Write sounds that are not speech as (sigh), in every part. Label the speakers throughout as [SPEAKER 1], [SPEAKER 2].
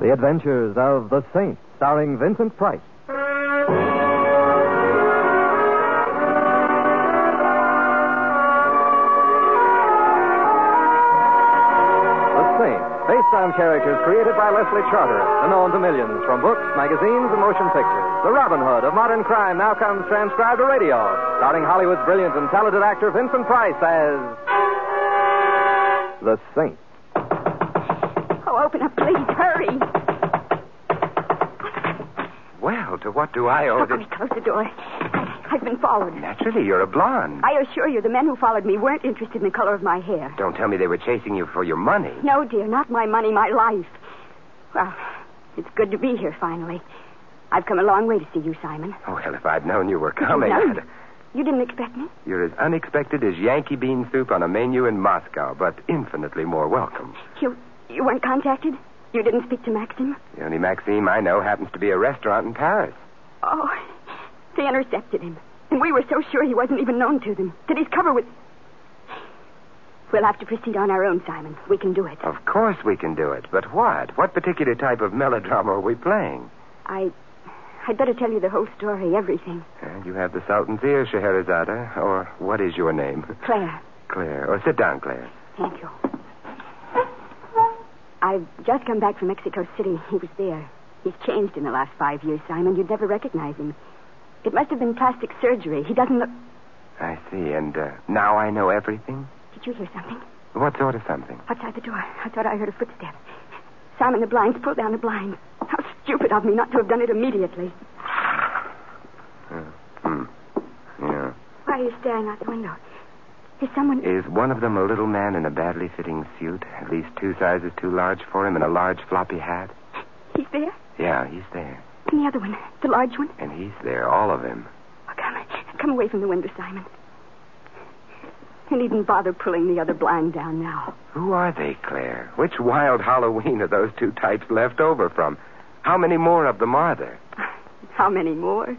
[SPEAKER 1] The Adventures of the Saint, starring Vincent Price. The Saint, based on characters created by Leslie Charter, unknown to millions from books, magazines, and motion pictures. The Robin Hood of modern crime now comes transcribed to radio, starring Hollywood's brilliant and talented actor Vincent Price as the Saint.
[SPEAKER 2] Oh, open up, please. Hurry.
[SPEAKER 3] Well, to what do I owe
[SPEAKER 2] Look,
[SPEAKER 3] this?
[SPEAKER 2] I close the door. I've been followed.
[SPEAKER 3] Naturally, you're a blonde.
[SPEAKER 2] I assure you, the men who followed me weren't interested in the color of my hair.
[SPEAKER 3] Don't tell me they were chasing you for your money.
[SPEAKER 2] No, dear, not my money, my life. Well, it's good to be here finally. I've come a long way to see you, Simon.
[SPEAKER 3] Oh, hell, if I'd known you were coming.
[SPEAKER 2] No,
[SPEAKER 3] I'd-
[SPEAKER 2] You didn't expect me?
[SPEAKER 3] You're as unexpected as Yankee bean soup on a menu in Moscow, but infinitely more welcome.
[SPEAKER 2] You you weren't contacted? You didn't speak to Maxim?
[SPEAKER 3] The only Maxime I know happens to be a restaurant in Paris.
[SPEAKER 2] Oh, they intercepted him. And we were so sure he wasn't even known to them that his cover was. We'll have to proceed on our own, Simon. We can do it.
[SPEAKER 3] Of course we can do it, but what? What particular type of melodrama are we playing?
[SPEAKER 2] I. I'd better tell you the whole story, everything.
[SPEAKER 3] Uh, You have the Sultan's ear, Scheherazade, or what is your name? (laughs)
[SPEAKER 2] Claire,
[SPEAKER 3] Claire. Oh, sit down, Claire.
[SPEAKER 2] thank you. I've just come back from Mexico City. He was there. He's changed in the last five years, Simon. You'd never recognize him. It must have been plastic surgery. He doesn't look.
[SPEAKER 3] I see, and uh, now I know everything?
[SPEAKER 2] Did you hear something?
[SPEAKER 3] What sort of something?
[SPEAKER 2] Outside the door. I thought I heard a footstep. Simon, the blinds. Pull down the blinds. How stupid of me not to have done it immediately.
[SPEAKER 3] Hmm. Yeah.
[SPEAKER 2] Why are you staring out the window? Is someone.
[SPEAKER 3] Is one of them a little man in a badly fitting suit, at least two sizes too large for him, and a large floppy hat?
[SPEAKER 2] He's there?
[SPEAKER 3] Yeah, he's there.
[SPEAKER 2] And the other one. The large one?
[SPEAKER 3] And he's there, all of him.
[SPEAKER 2] Oh, come, come away from the window, Simon. You needn't bother pulling the other blind down now.
[SPEAKER 3] Who are they, Claire? Which wild Halloween are those two types left over from? How many more of them are there?
[SPEAKER 2] How many more?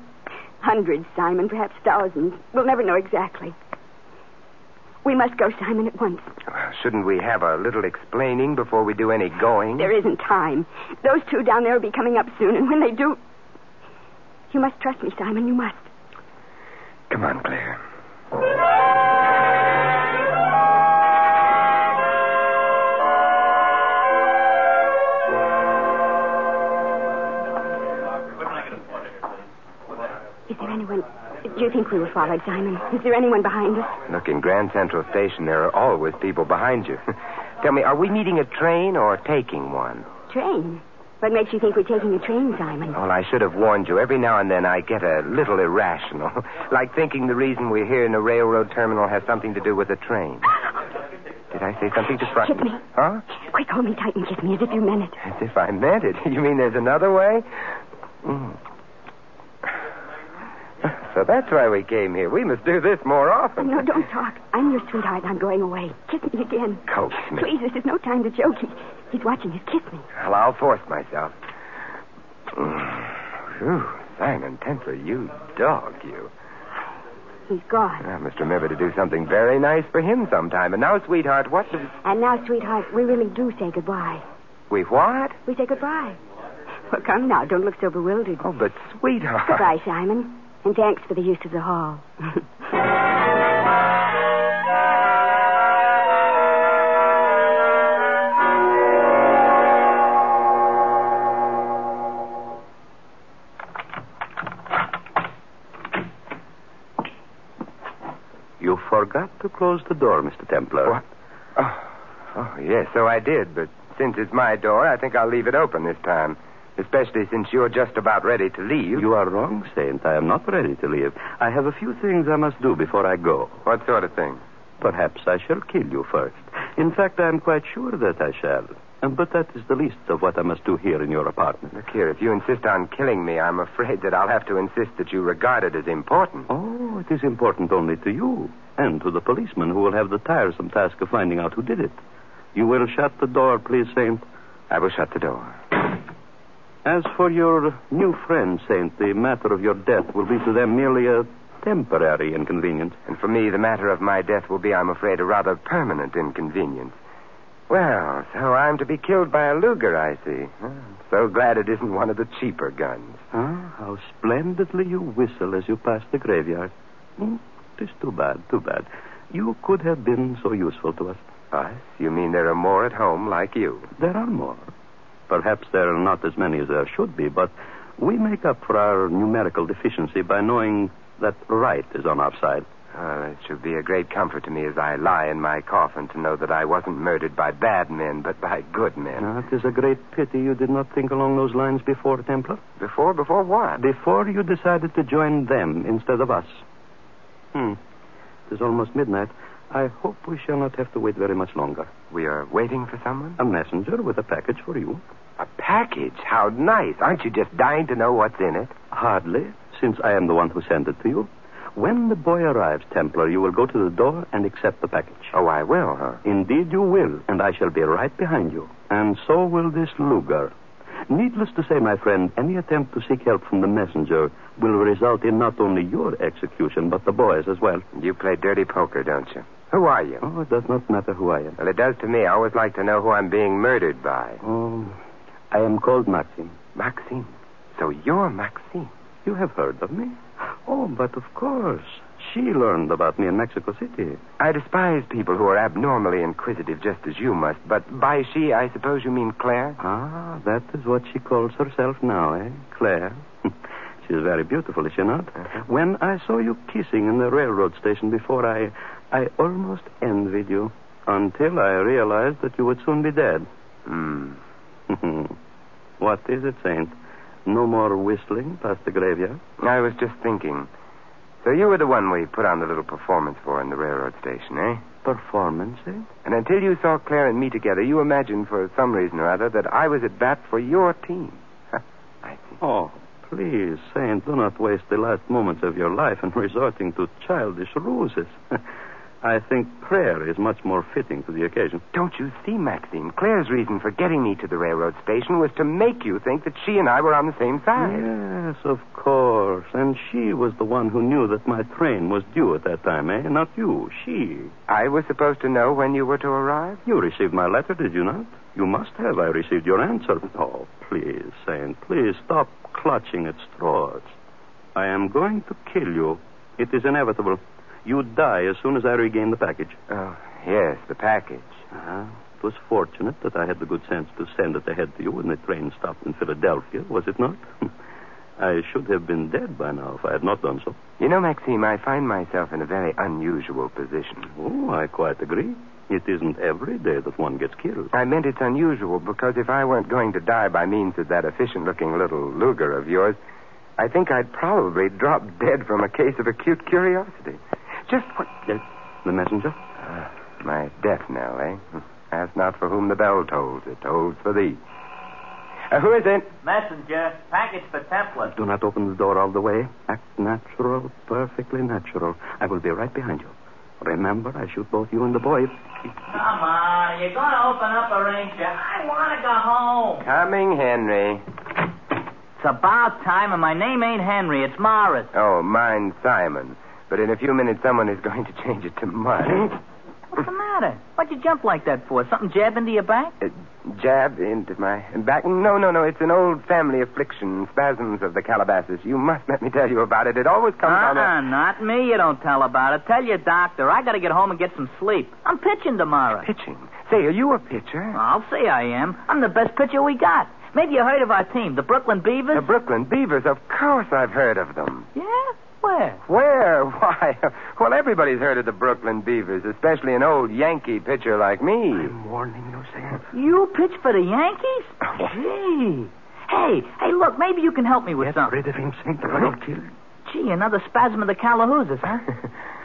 [SPEAKER 2] Hundreds, Simon, perhaps thousands. We'll never know exactly. We must go, Simon, at once.
[SPEAKER 3] Well, shouldn't we have a little explaining before we do any going?
[SPEAKER 2] There isn't time. Those two down there will be coming up soon, and when they do. You must trust me, Simon. You must.
[SPEAKER 3] Come on, Claire.
[SPEAKER 2] Is there anyone. Do you think we were followed, Simon? Is there anyone behind us?
[SPEAKER 3] Look, in Grand Central Station, there are always people behind you. (laughs) Tell me, are we meeting a train or taking one?
[SPEAKER 2] Train. What makes you think we're taking a train, Simon? (gasps)
[SPEAKER 3] Well, I should have warned you. Every now and then I get a little irrational, (laughs) like thinking the reason we're here in a railroad terminal has something to do with a train. Did I say something to frighten
[SPEAKER 2] Hit me.
[SPEAKER 3] Huh?
[SPEAKER 2] Quick, hold me tight and kiss me as if you meant it.
[SPEAKER 3] As if I meant it. (laughs) You mean there's another way? Mm. (sighs) So that's why we came here. We must do this more
[SPEAKER 2] Oh,
[SPEAKER 3] often.
[SPEAKER 2] No, don't talk. I'm your sweetheart. and I'm going away. Kiss me again.
[SPEAKER 3] Coax me.
[SPEAKER 2] Please, this is no time to joke. He, he's watching us. Kiss me.
[SPEAKER 3] Well, I'll force myself. Mm. Whew, Simon Templar, you dog, you.
[SPEAKER 2] He's gone.
[SPEAKER 3] I must remember to do something very nice for him sometime. And now, sweetheart, what does...
[SPEAKER 2] And now, sweetheart, we really do say goodbye.
[SPEAKER 3] We what?
[SPEAKER 2] We say goodbye. Well, come now. Don't look so bewildered.
[SPEAKER 3] Oh, but sweetheart.
[SPEAKER 2] Goodbye, Simon. And thanks for the use of the hall. (laughs)
[SPEAKER 4] You forgot to close the door, Mr. Templar.
[SPEAKER 3] What? Oh, oh, yes, so I did. But since it's my door, I think I'll leave it open this time. Especially since you're just about ready to leave.
[SPEAKER 4] You are wrong, Saint. I am not ready to leave. I have a few things I must do before I go.
[SPEAKER 3] What sort of thing?
[SPEAKER 4] Perhaps I shall kill you first. In fact, I am quite sure that I shall. Um, But that is the least of what I must do here in your apartment.
[SPEAKER 3] Look here, if you insist on killing me, I'm afraid that I'll have to insist that you regard it as important.
[SPEAKER 4] Oh, it is important only to you and to the policeman who will have the tiresome task of finding out who did it. You will shut the door, please, Saint.
[SPEAKER 3] I will shut the door.
[SPEAKER 4] As for your new friend, Saint, the matter of your death will be to them merely a temporary inconvenience.
[SPEAKER 3] And for me, the matter of my death will be, I'm afraid, a rather permanent inconvenience. Well, so I'm to be killed by a Luger, I see. I'm so glad it isn't one of the cheaper guns.
[SPEAKER 4] Ah, how splendidly you whistle as you pass the graveyard. Hmm, Tis too bad, too bad. You could have been so useful to us.
[SPEAKER 3] Us? You mean there are more at home like you?
[SPEAKER 4] There are more. Perhaps there are not as many as there should be, but we make up for our numerical deficiency by knowing that right is on our side.
[SPEAKER 3] Well, it should be a great comfort to me as I lie in my coffin to know that I wasn't murdered by bad men, but by good men.
[SPEAKER 4] Now, it is a great pity you did not think along those lines before, Templar.
[SPEAKER 3] Before, before what?
[SPEAKER 4] Before you decided to join them instead of us. Hmm. It is almost midnight. I hope we shall not have to wait very much longer.
[SPEAKER 3] We are waiting for someone?
[SPEAKER 4] A messenger with a package for you.
[SPEAKER 3] A package? How nice. Aren't you just dying to know what's in it?
[SPEAKER 4] Hardly, since I am the one who sent it to you. When the boy arrives, Templar, you will go to the door and accept the package.
[SPEAKER 3] Oh, I will, huh?
[SPEAKER 4] Indeed, you will, and I shall be right behind you. And so will this Luger. Needless to say, my friend, any attempt to seek help from the messenger will result in not only your execution, but the boy's as well.
[SPEAKER 3] You play dirty poker, don't you? Who are you?
[SPEAKER 4] Oh, it does not matter who I am.
[SPEAKER 3] Well, it does to me. I always like to know who I'm being murdered by.
[SPEAKER 4] Oh, I am called Maxim.
[SPEAKER 3] Maxine. So you're Maxine.
[SPEAKER 4] You have heard of me? Oh, but of course. She learned about me in Mexico City.
[SPEAKER 3] I despise people who are abnormally inquisitive, just as you must. But by she, I suppose you mean Claire?
[SPEAKER 4] Ah, that is what she calls herself now, eh? Claire. (laughs) She's very beautiful, is she not? When I saw you kissing in the railroad station before, I, I almost envied you until I realized that you would soon be dead. (laughs)
[SPEAKER 3] Hmm.
[SPEAKER 4] what is it, Saint? No more whistling past the graveyard?
[SPEAKER 3] I was just thinking. So you were the one we put on the little performance for in the railroad station, eh?
[SPEAKER 4] Performance, Saint?
[SPEAKER 3] And until you saw Claire and me together, you imagined for some reason or other that I was at bat for your team. I see.
[SPEAKER 4] Oh, please, Saint, do not waste the last moments of your life in (laughs) resorting to childish ruses. (laughs) I think prayer is much more fitting to the occasion.
[SPEAKER 3] Don't you see, Maxine? Claire's reason for getting me to the railroad station was to make you think that she and I were on the same side.
[SPEAKER 4] Yes, of course. And she was the one who knew that my train was due at that time, eh? Not you, she.
[SPEAKER 3] I was supposed to know when you were to arrive.
[SPEAKER 4] You received my letter, did you not? You must have. I received your answer. Oh, please, Saint, please stop clutching at straws. I am going to kill you. It is inevitable. You die as soon as I regain the package.
[SPEAKER 3] Oh, yes, the package.
[SPEAKER 4] Ah, it was fortunate that I had the good sense to send it ahead to you when the train stopped in Philadelphia, was it not? (laughs) I should have been dead by now if I had not done so.
[SPEAKER 3] You know, Maxime, I find myself in a very unusual position.
[SPEAKER 4] Oh, I quite agree. It isn't every day that one gets killed.
[SPEAKER 3] I meant it's unusual because if I weren't going to die by means of that efficient looking little Luger of yours, I think I'd probably drop dead from a case of acute curiosity. Just what.
[SPEAKER 4] Yes, the messenger?
[SPEAKER 3] Ah, my death knell, eh? Ask not for whom the bell tolls, it tolls for thee. Uh, who is it?
[SPEAKER 5] Messenger, package for Templar.
[SPEAKER 4] Do not open the door all the way. Act natural, perfectly natural. I will be right behind you. Remember, I shoot both you and the boy.
[SPEAKER 5] Come on, you're gonna open up a ranger. I wanna go home.
[SPEAKER 3] Coming, Henry.
[SPEAKER 5] It's about time, and my name ain't Henry. It's Morris.
[SPEAKER 3] Oh, mine, Simon. But in a few minutes, someone is going to change it to (laughs) mine.
[SPEAKER 5] What's the matter? Why'd you jump like that for? Something jab into your back?
[SPEAKER 3] Uh, jab into my back? No, no, no. It's an old family affliction, spasms of the Calabasas. You must let me tell you about it. It always comes on
[SPEAKER 5] Uh-uh,
[SPEAKER 4] Ah.
[SPEAKER 3] a...
[SPEAKER 5] not me. You don't tell about it. Tell your doctor. I gotta get home and get some sleep. I'm pitching tomorrow.
[SPEAKER 3] Pitching. Say, are you a pitcher?
[SPEAKER 4] Ah.
[SPEAKER 5] I'll say I am. I'm the best pitcher we got. Maybe you heard of our team, the Brooklyn Beavers.
[SPEAKER 3] The Brooklyn Beavers, of course I've heard of them.
[SPEAKER 5] Yeah? Where?
[SPEAKER 3] Where? (laughs) Why? Well, everybody's heard of the Brooklyn Beavers, especially an old Yankee pitcher like me.
[SPEAKER 4] warning you,
[SPEAKER 3] (laughs)
[SPEAKER 4] Sam.
[SPEAKER 5] You pitch for the Yankees? Gee. Hey, hey, look, maybe you can help me with something.
[SPEAKER 4] of him,
[SPEAKER 3] (laughs)
[SPEAKER 4] Saint. I will kill
[SPEAKER 5] Gee, another spasm of the Calahoosas, (laughs) huh?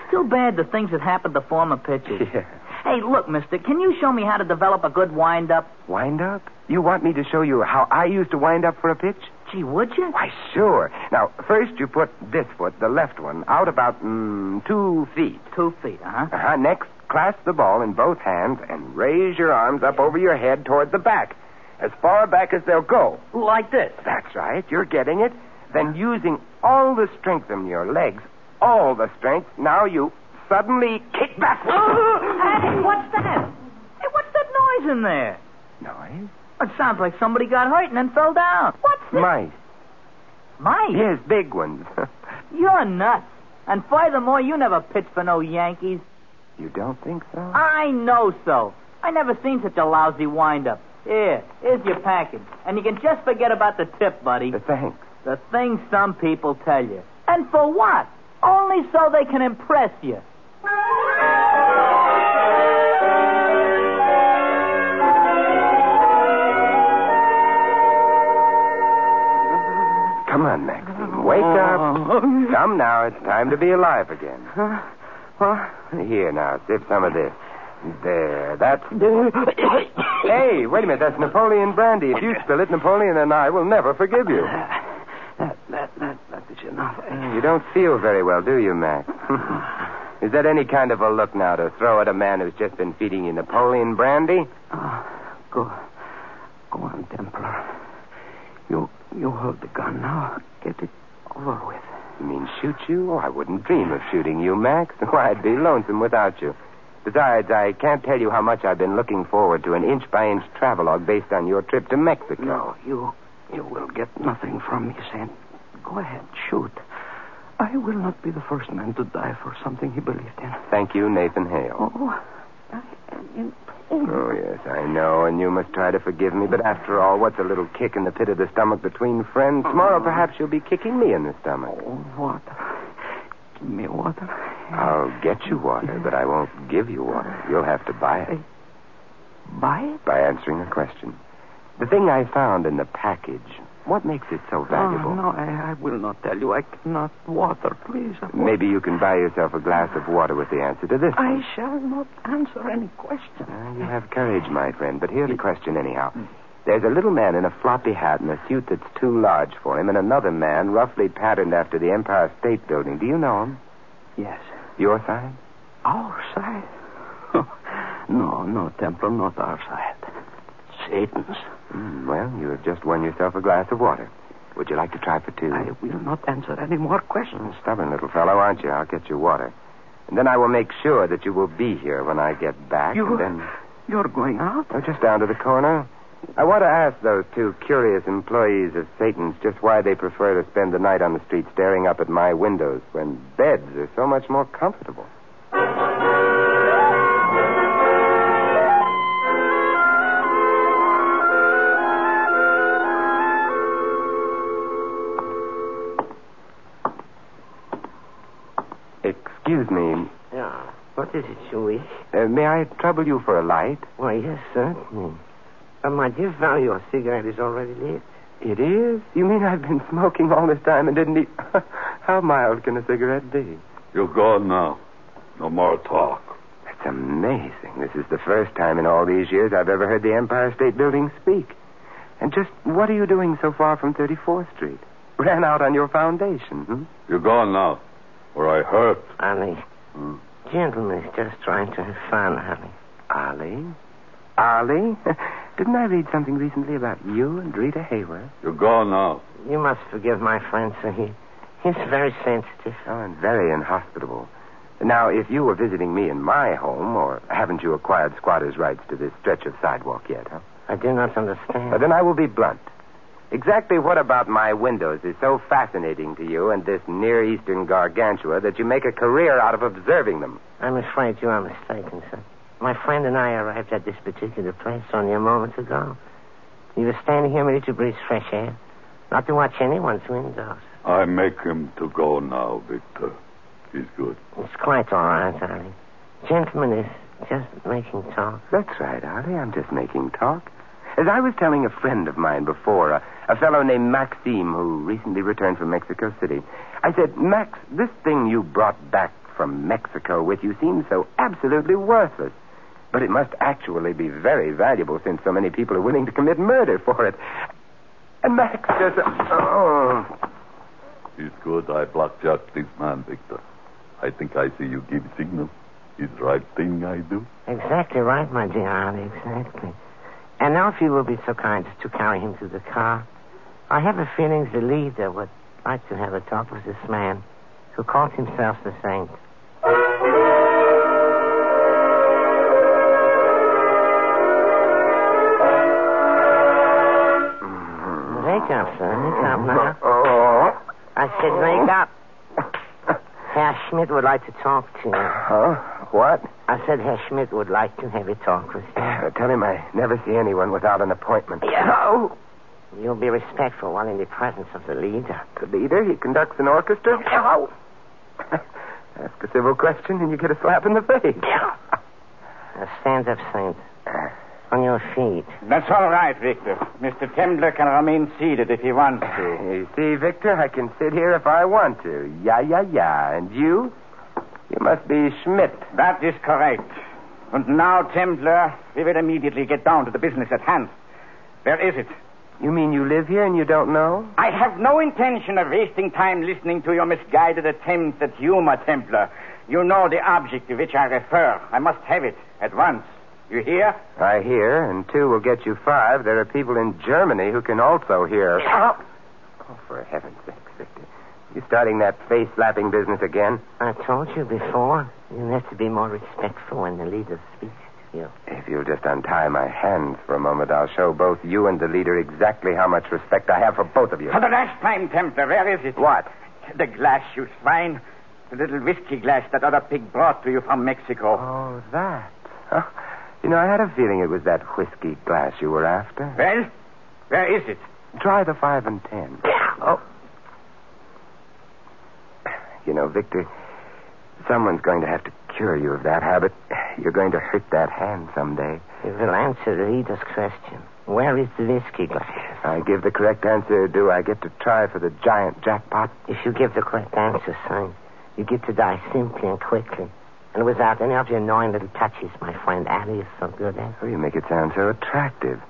[SPEAKER 5] Still bad the things that happened to former pitchers.
[SPEAKER 3] Yeah.
[SPEAKER 5] Hey, look, mister, can you show me how to develop a good wind-up?
[SPEAKER 3] Wind up? You want me to show you how I used to wind up for a pitch?
[SPEAKER 5] Gee, would you?
[SPEAKER 3] Why, sure. Now, first you put this foot, the left one, out about mm, two feet.
[SPEAKER 5] Two feet, huh?
[SPEAKER 3] Uh-huh. Next, clasp the ball in both hands and raise your arms up over your head toward the back, as far back as they'll go.
[SPEAKER 5] Like this.
[SPEAKER 3] That's right. You're getting it. Then using all the strength in your legs, all the strength, now you suddenly kick back.
[SPEAKER 5] hey, what's that? Hey, what's that noise in there.
[SPEAKER 3] Noise?
[SPEAKER 5] It sounds like somebody got hurt and then fell down. What's this?
[SPEAKER 3] Mice.
[SPEAKER 5] Mike,
[SPEAKER 3] Yes, big ones. (laughs)
[SPEAKER 5] you're nuts. And furthermore, you never pitched for no Yankees.
[SPEAKER 3] you don't think so?
[SPEAKER 5] I know so. I never seen such a lousy windup. Here, here's your package. And you can just forget about the tip, buddy.
[SPEAKER 3] Uh, Thanks.
[SPEAKER 5] The thing some people tell you. And for what? Only so they can impress you.
[SPEAKER 3] Come on, Maxine. Wake
[SPEAKER 4] Oh.
[SPEAKER 3] up. Come now. It's time to be alive again. Here now, sip some of this. There,
[SPEAKER 4] (coughs)
[SPEAKER 3] that's. hey, wait a minute. That's Napoleon brandy. If you spill it, Napoleon and I will never forgive you.
[SPEAKER 4] That, that, that, that is enough.
[SPEAKER 3] You don't feel very well, do you,
[SPEAKER 4] (laughs)
[SPEAKER 3] Max? Is that any kind of a look now to throw at a man who's just been feeding you Napoleon brandy?
[SPEAKER 4] Ah, go, go on, Templar. You, you hold the gun now. Get it over with.
[SPEAKER 3] You mean shoot you? Oh, I wouldn't dream of shooting you, Max. (laughs) Why, I'd be lonesome without you. Besides, I can't tell you how much I've been looking forward to an inch by inch travelogue based on your trip to Mexico.
[SPEAKER 4] No, you, you will get nothing from me, Sam. Go ahead, shoot. I will not be the first man to die for something he believed in.
[SPEAKER 3] Thank you, Nathan Hale.
[SPEAKER 4] Oh, I am in pain.
[SPEAKER 3] Oh, yes, I know, and you must try to forgive me, but after all, what's a little kick in the pit of the stomach between friends?
[SPEAKER 4] Mm.
[SPEAKER 3] Tomorrow, perhaps you'll be kicking me in the stomach.
[SPEAKER 4] Oh, water. Give me water.
[SPEAKER 3] I'll get you water, but I won't give you water. You'll have to buy it
[SPEAKER 4] Buy it?
[SPEAKER 3] by answering a question. The thing I found in the package, what makes it so valuable?
[SPEAKER 4] Oh, no, I, I will not tell you. I cannot. Water, please.
[SPEAKER 3] Maybe you can buy yourself a glass of water with the answer to this.
[SPEAKER 4] I shall not answer any question.
[SPEAKER 3] Ah, you have courage, my friend, but here's the question, anyhow. There's a little man in a floppy hat and a suit that's too large for him, and another man roughly patterned after the Empire State Building. Do you know him?
[SPEAKER 4] Yes.
[SPEAKER 3] Your side?
[SPEAKER 4] Our side? (laughs) no, no, Templar, not our side. Satan's.
[SPEAKER 3] Hmm, well, you have just won yourself a glass of water. Would you like to try for two?
[SPEAKER 4] I will not answer any more questions.
[SPEAKER 3] Mm, Stubborn little fellow, aren't you? I'll get you water. And then I will make sure that you will be here when I get back.
[SPEAKER 4] You-
[SPEAKER 3] And then.
[SPEAKER 4] You're going out?
[SPEAKER 3] Oh, just down to the corner. I want to ask those two curious employees of Satan's just why they prefer to spend the night on the street staring up at my windows when beds are so much more comfortable. Excuse me.
[SPEAKER 6] Yeah. What is it, Chewy?
[SPEAKER 3] Uh, may I trouble you for a light?
[SPEAKER 6] Why, yes, certainly. But, my dear fellow, your cigarette is already lit.
[SPEAKER 3] It is? You mean I've been smoking all this time and didn't eat? (laughs) How mild can a cigarette be?
[SPEAKER 7] You go now. No more talk.
[SPEAKER 3] That's amazing. This is the first time in all these years I've ever heard the Empire State Building speak. And just what are you doing so far from 34th Street? (laughs) Ran out on your foundation, hmm?
[SPEAKER 7] You go now, or I hurt.
[SPEAKER 6] Ollie. Gentlemen, is just trying to have fun, Ollie.
[SPEAKER 3] Ali? Ali? (laughs) didn't I read something recently about you and Rita Hayworth?
[SPEAKER 7] You go now.
[SPEAKER 6] You must forgive my friend, sir. He, he's very sensitive.
[SPEAKER 3] Oh, and very inhospitable. Now, if you were visiting me in my home, or haven't you acquired squatter's rights to this stretch of sidewalk yet, huh?
[SPEAKER 6] I do not understand.
[SPEAKER 3] Uh, then I will be blunt. Exactly what about my windows is so fascinating to you and this Near Eastern gargantua that you make a career out of observing them?
[SPEAKER 6] I'm afraid you are mistaken, sir. My friend and I arrived at this particular place only a moment ago. We were standing here merely to breathe fresh air, not to watch anyone's windows.
[SPEAKER 7] I make him to go now, Victor. He's good.
[SPEAKER 6] It's quite all right, Ollie. Gentlemen is just making talk.
[SPEAKER 3] That's right, Artie. I'm just making talk. As I was telling a friend of mine before, a, a fellow named Maxime who recently returned from Mexico City, I said, Max, this thing you brought back from Mexico with you seems so absolutely worthless. But it must actually be very valuable since so many people are willing to commit murder for it. And Max just. Oh.
[SPEAKER 7] He's good. I blackjack this man, Victor. I think I see you give signal. It's right thing I do.
[SPEAKER 6] Exactly right, my dear Ollie, exactly. And now, if you will be so kind as to carry him to the car, I have a feeling the leader would like to have a talk with this man who calls himself the saint. up, son. Wake up now.
[SPEAKER 3] Oh.
[SPEAKER 6] I said, wake up. Herr Schmidt would like to talk to you.
[SPEAKER 3] (laughs) Huh? What?
[SPEAKER 6] I said Herr Schmidt would like to have a talk with you.
[SPEAKER 3] Uh, tell him I never see anyone without an appointment.
[SPEAKER 6] Yeah. You'll be respectful while in the presence of the leader.
[SPEAKER 3] The leader, he conducts an orchestra. (laughs) Ask a civil question and you get a slap in the face. Uh,
[SPEAKER 6] Now stand up, Saint. On your feet.
[SPEAKER 8] That's all right, Victor. Mr. Tembler can remain seated if he wants to.
[SPEAKER 3] You see, Victor, I can sit here if I want to. Yeah, yeah, yeah. And you? You must be Schmidt.
[SPEAKER 8] That is correct. And now, Tembler, we will immediately get down to the business at hand. Where is it?
[SPEAKER 3] You mean you live here and you don't know?
[SPEAKER 8] I have no intention of wasting time listening to your misguided attempts at humor, Templar. You know the object to which I refer. I must have it at once. You hear?
[SPEAKER 3] I hear, and two will get you five. There are people in Germany who can also hear. Oh, for heaven's sake, Victor. You starting that face slapping business again?
[SPEAKER 6] I told you before, you have to be more respectful when the leader speaks to you.
[SPEAKER 3] If you'll just untie my hands for a moment, I'll show both you and the leader exactly how much respect I have for both of you.
[SPEAKER 8] For the last time, Templar, where is it?
[SPEAKER 3] What?
[SPEAKER 8] The glass, you swine. The little whiskey glass that other pig brought to you from Mexico.
[SPEAKER 3] Oh, that. Huh. You know, I had a feeling it was that whiskey glass you were after.
[SPEAKER 8] Well, where is it?
[SPEAKER 3] Try the five and ten. Oh. You know, Victor, someone's going to have to cure you of that habit. You're going to hurt that hand someday.
[SPEAKER 6] You will answer the leader's question. Where is the whiskey glass?
[SPEAKER 3] I give the correct answer, do I get to try for the giant jackpot?
[SPEAKER 6] If you give the correct answer, son, you get to die simply and quickly. And without any of your annoying little touches, my friend Ali is so good eh? at.
[SPEAKER 3] Oh, you make it sound so attractive.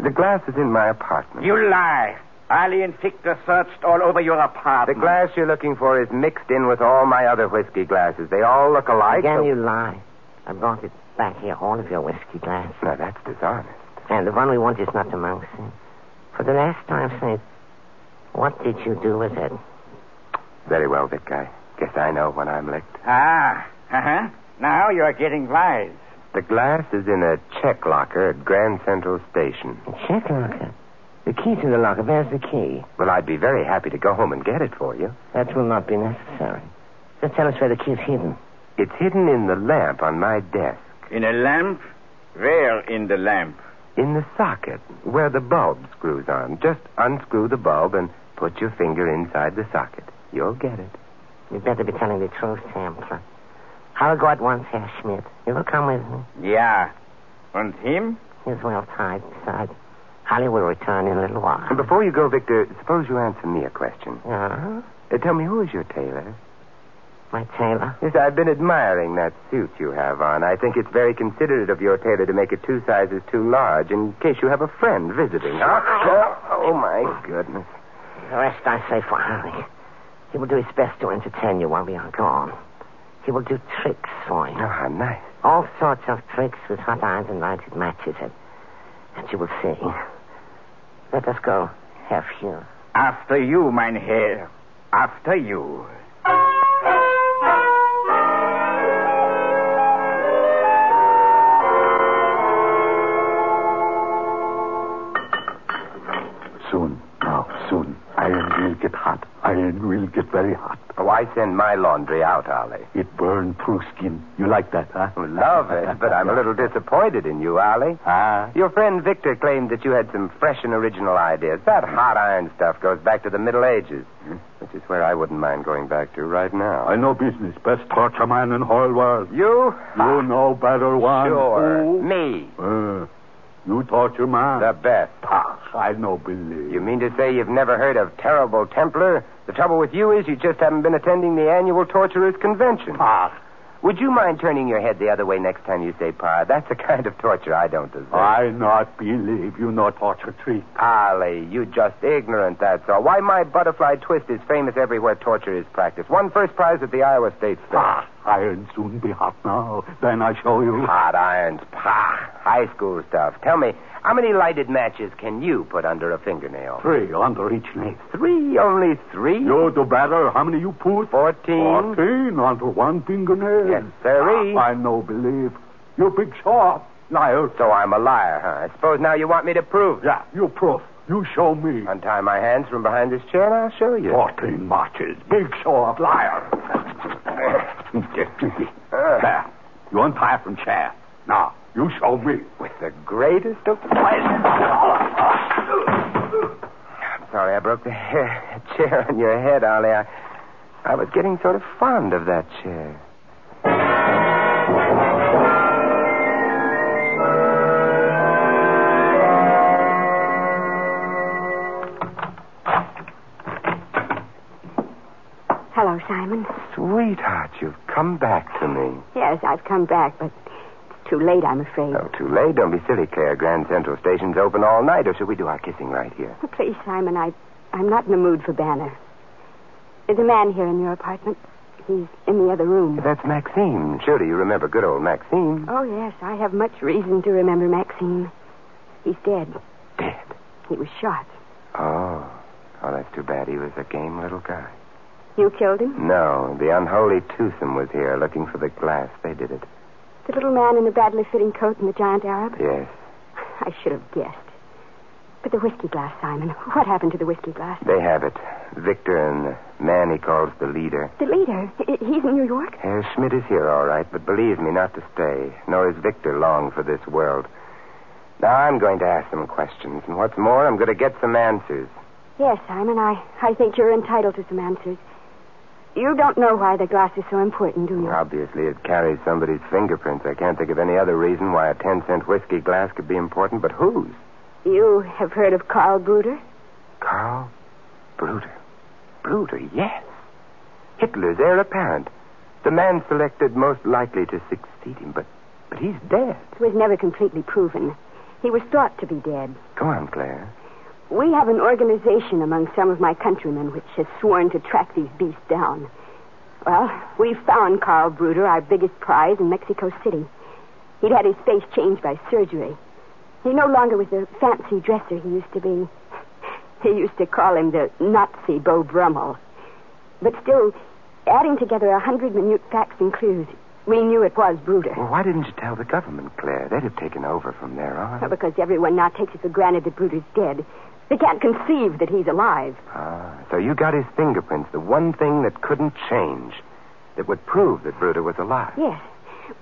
[SPEAKER 3] The glass is in my apartment.
[SPEAKER 8] You lie. Ali and Victor searched all over your
[SPEAKER 3] The
[SPEAKER 8] apartment.
[SPEAKER 3] glass you're looking for is mixed in with all my other whiskey glasses. They all look alike.
[SPEAKER 6] Again,
[SPEAKER 3] so-
[SPEAKER 6] you lie. I brought it back here, all of your whiskey glass.
[SPEAKER 3] Now, that's dishonest.
[SPEAKER 6] And the one we want is not amongst them. For the last time, Saint, what did you do with it?
[SPEAKER 3] Very well, Vic. I guess I know when I'm licked.
[SPEAKER 8] Ah, uh-huh. Now you are getting wise.
[SPEAKER 3] The glass is in a check locker at Grand Central Station.
[SPEAKER 6] The check locker. The key to the locker. There's the key.
[SPEAKER 3] Well, I'd be very happy to go home and get it for you.
[SPEAKER 6] That will not be necessary. Just tell us where the key is hidden.
[SPEAKER 3] It's hidden in the lamp on my desk,
[SPEAKER 8] In a lamp? Where in the lamp?
[SPEAKER 3] in the socket where the bulb screws on. Just unscrew the bulb and put your finger inside the socket. You'll get it.
[SPEAKER 6] You'd better be telling the truth, Sampler. I'll go at once, Herr Schmidt. You will come with me.
[SPEAKER 8] Yeah. And him?
[SPEAKER 6] He's well tied beside. Holly will return in a little while.
[SPEAKER 3] And before you go, Victor, suppose you answer me a question.
[SPEAKER 6] Yeah?
[SPEAKER 3] Uh, tell me, who is your tailor?
[SPEAKER 6] Ah, My tailor?
[SPEAKER 3] Yes, I've been admiring that suit you have on. I think it's very considerate of your tailor to make it two sizes too large in case you have a friend visiting.
[SPEAKER 8] (laughs)
[SPEAKER 3] Oh, oh, my goodness.
[SPEAKER 6] The rest I say for Harry. He will do his best to entertain you while we are gone. He will do tricks for
[SPEAKER 3] Oh,
[SPEAKER 6] you.
[SPEAKER 3] how nice.
[SPEAKER 6] All sorts of tricks with hot irons and lighted matches, and, and you will see. Let us go, Herr Fuhrer.
[SPEAKER 8] After you, mein Herr. After you.
[SPEAKER 7] Soon, now, soon. Iron will get hot. Iron will get very hot.
[SPEAKER 3] Oh, I send my laundry out, Ollie.
[SPEAKER 7] It burn through skin. You like that, huh?
[SPEAKER 3] Love it, but I'm a little disappointed in you,
[SPEAKER 8] (laughs)
[SPEAKER 3] Ollie.
[SPEAKER 7] Ah,
[SPEAKER 3] Your friend Victor claimed that you had some fresh and original ideas. That hot iron stuff goes back to the Middle Ages,
[SPEAKER 8] Hmm?
[SPEAKER 3] which is where I wouldn't mind going back to right now.
[SPEAKER 7] I know business. Best torture man in whole world.
[SPEAKER 3] You?
[SPEAKER 7] You know better one.
[SPEAKER 3] Sure.
[SPEAKER 7] Who?
[SPEAKER 3] Me.
[SPEAKER 7] Uh, you torture man.
[SPEAKER 3] The best.
[SPEAKER 7] Pah, I no believe.
[SPEAKER 3] You mean to say you've never heard of Terrible Templar? The trouble with you is you just haven't been attending the annual Torturers Convention.
[SPEAKER 7] Pah.
[SPEAKER 3] Would you mind turning your head the other way next time you say pa? That's the (laughs) kind of torture I don't deserve.
[SPEAKER 7] I not believe you know torture treat.
[SPEAKER 3] Ollie, you just ignorant, that's all. Why my butterfly twist is famous everywhere torture is practiced. Won first prize at the Iowa State Fair.
[SPEAKER 7] Pah, iron soon be hot now. Then I show you.
[SPEAKER 3] Hot irons, pa. High school stuff. Tell me, how many lighted matches can you put under a fingernail?
[SPEAKER 7] Three under each leg.
[SPEAKER 3] Three, only three?
[SPEAKER 7] You do better. How many you put?
[SPEAKER 3] Fourteen.
[SPEAKER 7] Fourteen under one fingernail.
[SPEAKER 3] Yes, sirree.
[SPEAKER 7] Ah, I no believe. You big shot. Liar.
[SPEAKER 3] So I'm a liar, huh? I suppose now you want me to prove.
[SPEAKER 7] Yeah, you proof.
[SPEAKER 9] You show me.
[SPEAKER 3] Untie my hands from behind this chair and I'll show you.
[SPEAKER 9] Fourteen marches. Big show of liar. there. You untie from chair. Now, you show me.
[SPEAKER 3] With the greatest of pleasure. I'm sorry I broke the hair, (laughs) chair on your head, Ollie. I, I was getting sort of fond of that chair.
[SPEAKER 2] Hello, Simon.
[SPEAKER 3] Sweetheart, you've come back to me.
[SPEAKER 2] Yes, I've come back, but it's too late, I'm afraid.
[SPEAKER 3] Oh, too late. Don't be silly, Claire. Grand Central Station's open all night, or should we do our kissing right here?
[SPEAKER 2] Oh, Please, Simon, I, I'm not in the mood for Banner. There's a man here in your apartment. He's in the other room.
[SPEAKER 3] That's Maxine. Surely you remember good old Maxine.
[SPEAKER 2] Oh, yes, I have much reason to remember Maxine. He's dead.
[SPEAKER 3] Dead.
[SPEAKER 2] He was shot.
[SPEAKER 3] Oh. Oh, that's too bad. He was a game little guy.
[SPEAKER 2] You killed him?
[SPEAKER 3] No, the unholy twosome was here looking for the glass. They did it.
[SPEAKER 2] The little man in the badly fitting coat and the giant Arab?
[SPEAKER 3] Yes.
[SPEAKER 2] I should have guessed. But the whiskey glass, Simon. What happened to the whiskey glass?
[SPEAKER 3] They have it. Victor and the man he calls the leader.
[SPEAKER 2] The leader. I- He's in New York?
[SPEAKER 3] Herr Schmidt is here, all right, but believe me, not to stay, nor is Victor long for this world. Now I'm going to ask some questions, and what's more, I'm going to get some answers.
[SPEAKER 2] Yes, Simon, I, I think you're entitled to some answers. You don't know why the glass is so important,
[SPEAKER 3] Hmm.
[SPEAKER 2] do you?
[SPEAKER 3] Obviously, it carries somebody's fingerprints. I can't think of any other reason why a 10 cent whiskey glass could be important, but whose?
[SPEAKER 2] You have heard of Carl Bruder?
[SPEAKER 3] Carl Bruder. Bruder, yes. Hitler's heir apparent. The man selected most likely to succeed him, but, but he's dead.
[SPEAKER 2] It was never completely proven. He was thought to be dead.
[SPEAKER 3] Go on, Claire.
[SPEAKER 2] We have an organization among some of my countrymen which has sworn to track these beasts down. Well, we found Carl Bruder, our biggest prize, in Mexico City. He'd had his face changed by surgery. He no longer was the fancy dresser he used to be. He used to call him the Nazi Beau Brummel. But still, adding together a hundred minute facts and clues, we knew it was Bruder.
[SPEAKER 3] Well, why didn't you tell the government, Claire? They'd have taken over from there on.
[SPEAKER 2] Well, because everyone now takes it for granted that Bruder's dead. They can't conceive that he's alive.
[SPEAKER 3] Ah, so you got his fingerprints, the one thing that couldn't change, that would prove that Bruder was alive.
[SPEAKER 2] Yes.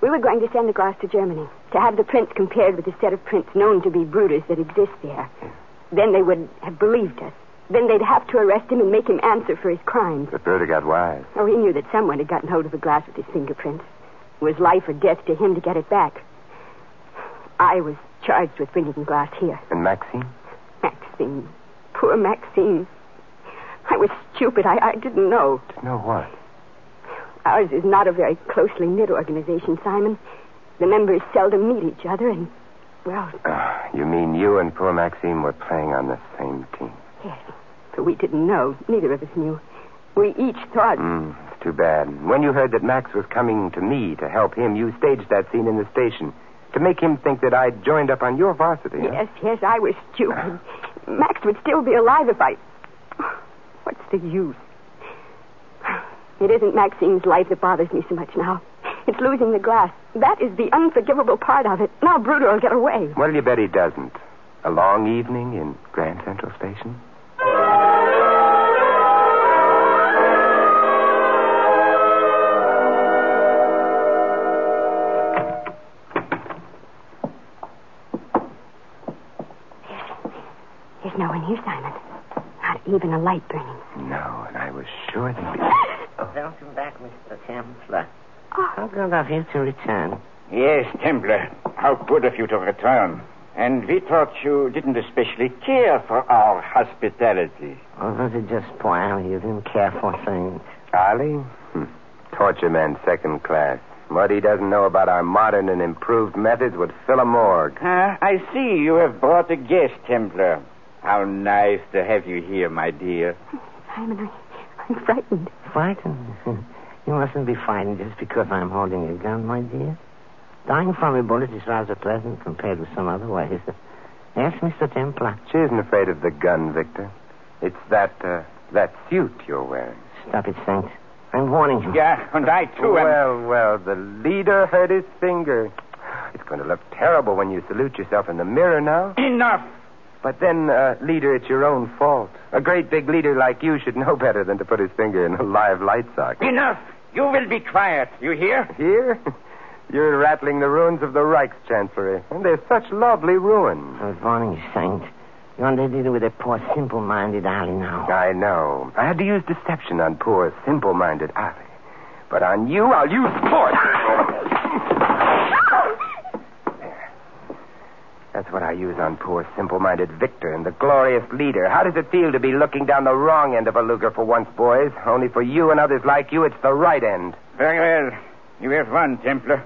[SPEAKER 2] We were going to send the glass to Germany to have the prints compared with the set of prints known to be Bruder's that exist there. Then they would have believed us. Then they'd have to arrest him and make him answer for his crimes.
[SPEAKER 3] But Bruder got wise.
[SPEAKER 2] Oh, he knew that someone had gotten hold of the glass with his fingerprints. It was life or death to him to get it back. I was charged with bringing the glass here.
[SPEAKER 3] And Maxine?
[SPEAKER 2] Maxine. Poor Maxine. I was stupid. I, I didn't know.
[SPEAKER 3] To know what?
[SPEAKER 2] Ours is not a very closely knit organization, Simon. The members seldom meet each other, and, well,
[SPEAKER 3] Ah, you mean you and poor Maxine were playing on the same team?
[SPEAKER 2] yes. But we didn't know. Neither of us knew. We each thought.
[SPEAKER 3] Mm, it's too bad. When you heard that Max was coming to me to help him, you staged that scene in the station to make him think that I'd joined up on your varsity. huh?
[SPEAKER 2] Yes, yes, I was stupid. Max would still be alive if I. What's the use? It isn't Maxine's life that bothers me so much now. It's losing the glass. That is the unforgivable part of it. Now Bruder will get away.
[SPEAKER 3] What do you bet he doesn't? A long evening in Grand Central Station?
[SPEAKER 2] There's no one here, Simon. Not even a light burning.
[SPEAKER 3] No, and I was sure that we...
[SPEAKER 6] Oh, Welcome back, Mr. Templar.
[SPEAKER 2] Oh,
[SPEAKER 6] How good of you to return.
[SPEAKER 8] Yes, Templar. How good of you to return. And we thought you didn't especially care for our hospitality.
[SPEAKER 6] Or was it just spoil? You didn't care for things.
[SPEAKER 3] Ali? Hmm. Torture man second class. What he doesn't know about our modern and improved methods would fill a morgue.
[SPEAKER 8] Ah, I see you have brought a guest, Templar. How nice to have you here, my dear.
[SPEAKER 2] Simon, I, I'm frightened.
[SPEAKER 6] Frightened? (laughs) You mustn't be frightened just because I'm holding a gun, my dear. Dying from a bullet is rather pleasant compared with some other ways. Yes, Mr. Templar.
[SPEAKER 3] She isn't afraid of the gun, Victor. It's that, uh, that suit you're wearing.
[SPEAKER 6] Stop it, Saint. I'm warning you.
[SPEAKER 8] Yeah, and I too am.
[SPEAKER 3] Well, well, the leader hurt his finger. It's going to look terrible when you salute yourself in the mirror now.
[SPEAKER 8] Enough!
[SPEAKER 3] But then, uh, leader, it's your own fault. A great big leader like you should know better than to put his finger in a live light socket.
[SPEAKER 8] Enough! You will be quiet. You hear?
[SPEAKER 3] Here? (laughs) You're rattling the ruins of the Reichs Chancellery. And they're such lovely ruins.
[SPEAKER 6] I was warning you, Saint. You're under dealing with a poor, simple-minded alley now.
[SPEAKER 3] I know. I had to use deception on poor, simple minded Ali. But on you, I'll use force. There. That's what I use on poor, simple minded Victor and the glorious leader. How does it feel to be looking down the wrong end of a Luger for once, boys? Only for you and others like you, it's the right end.
[SPEAKER 8] Very well. You have won, Templar.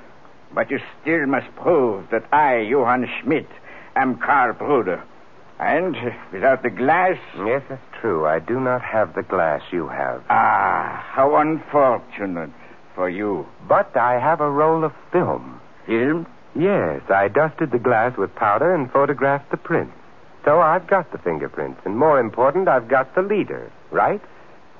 [SPEAKER 8] But you still must prove that I, Johann Schmidt, am Karl Bruder. And without the glass.
[SPEAKER 3] Yes, that's true. I do not have the glass you have.
[SPEAKER 8] Ah, how unfortunate for you.
[SPEAKER 3] But I have a roll of film.
[SPEAKER 8] Film?
[SPEAKER 3] Yes, I dusted the glass with powder and photographed the prints. So I've got the fingerprints, and more important, I've got the leader, right?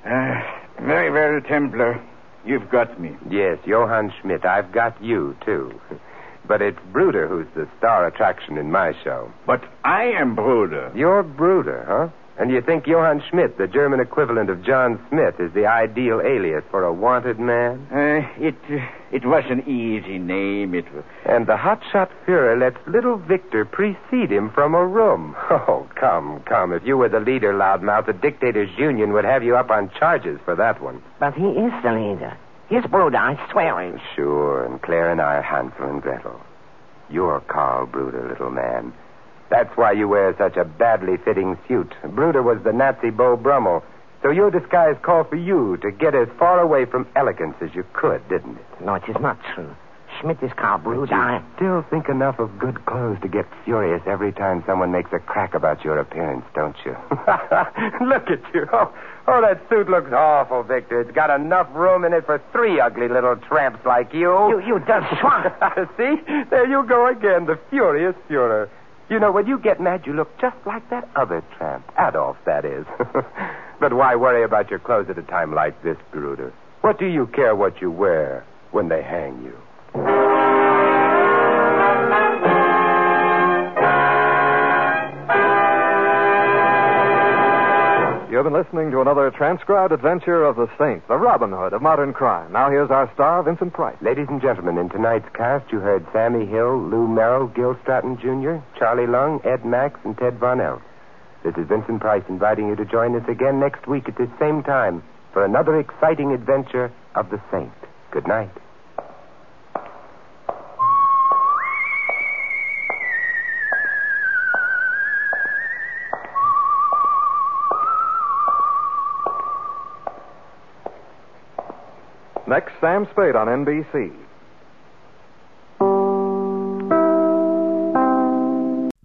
[SPEAKER 8] Uh, very well, Templar. You've got me.
[SPEAKER 3] Yes, Johann Schmidt, I've got you, too. (laughs) But it's Bruder who's the star attraction in my show.
[SPEAKER 8] But I am Bruder.
[SPEAKER 3] You're Bruder, huh? And you think Johann Schmidt, the German equivalent of John Smith, is the ideal alias for a wanted man?
[SPEAKER 8] Uh, it it was an easy name. It was.
[SPEAKER 3] And the hotshot Fuhrer lets little Victor precede him from a room. (laughs) Oh, come, come. If you were the leader, Loudmouth, the Dictators Union would have you up on charges for that one.
[SPEAKER 6] But he is the leader. He's Bruder, I swear it.
[SPEAKER 3] Sure, and Claire and I are Hansel and Gretel. You're Carl Bruder, little man. That's why you wear such a badly fitting suit. Bruder was the Nazi Beau Brummel. So your disguise called for you to get as far away from elegance as you could, didn't it?
[SPEAKER 6] No, it is not true. Schmidt is Karl
[SPEAKER 3] But
[SPEAKER 6] Bruder.
[SPEAKER 3] you
[SPEAKER 6] I-
[SPEAKER 3] still think enough of good clothes to get furious every time someone makes a crack about your appearance, don't you? (laughs) Look at you. Oh, oh, that suit looks awful, Victor. It's got enough room in it for three ugly little tramps like
[SPEAKER 6] You, you dumb swine.
[SPEAKER 3] (laughs) See? There you go again, the furious Fuhrer. You know, when you get mad, you look just like that other tramp. Adolf, that is. (laughs) but why worry about your clothes at a time like this, Gruder? What do you care what you wear when they hang you?
[SPEAKER 1] You have been listening to another transcribed adventure of the Saint, the Robin Hood of modern crime. Now here's our star, Vincent Price.
[SPEAKER 3] Ladies and gentlemen, in tonight's cast, you heard Sammy Hill, Lou Merrill, Gil Stratton Jr., Charlie Lung, Ed Max, and Ted Von Elf. This is Vincent Price inviting you to join us again next week at this same time for another exciting adventure of the Saint. Good night.
[SPEAKER 1] Next, Sam Spade on NBC.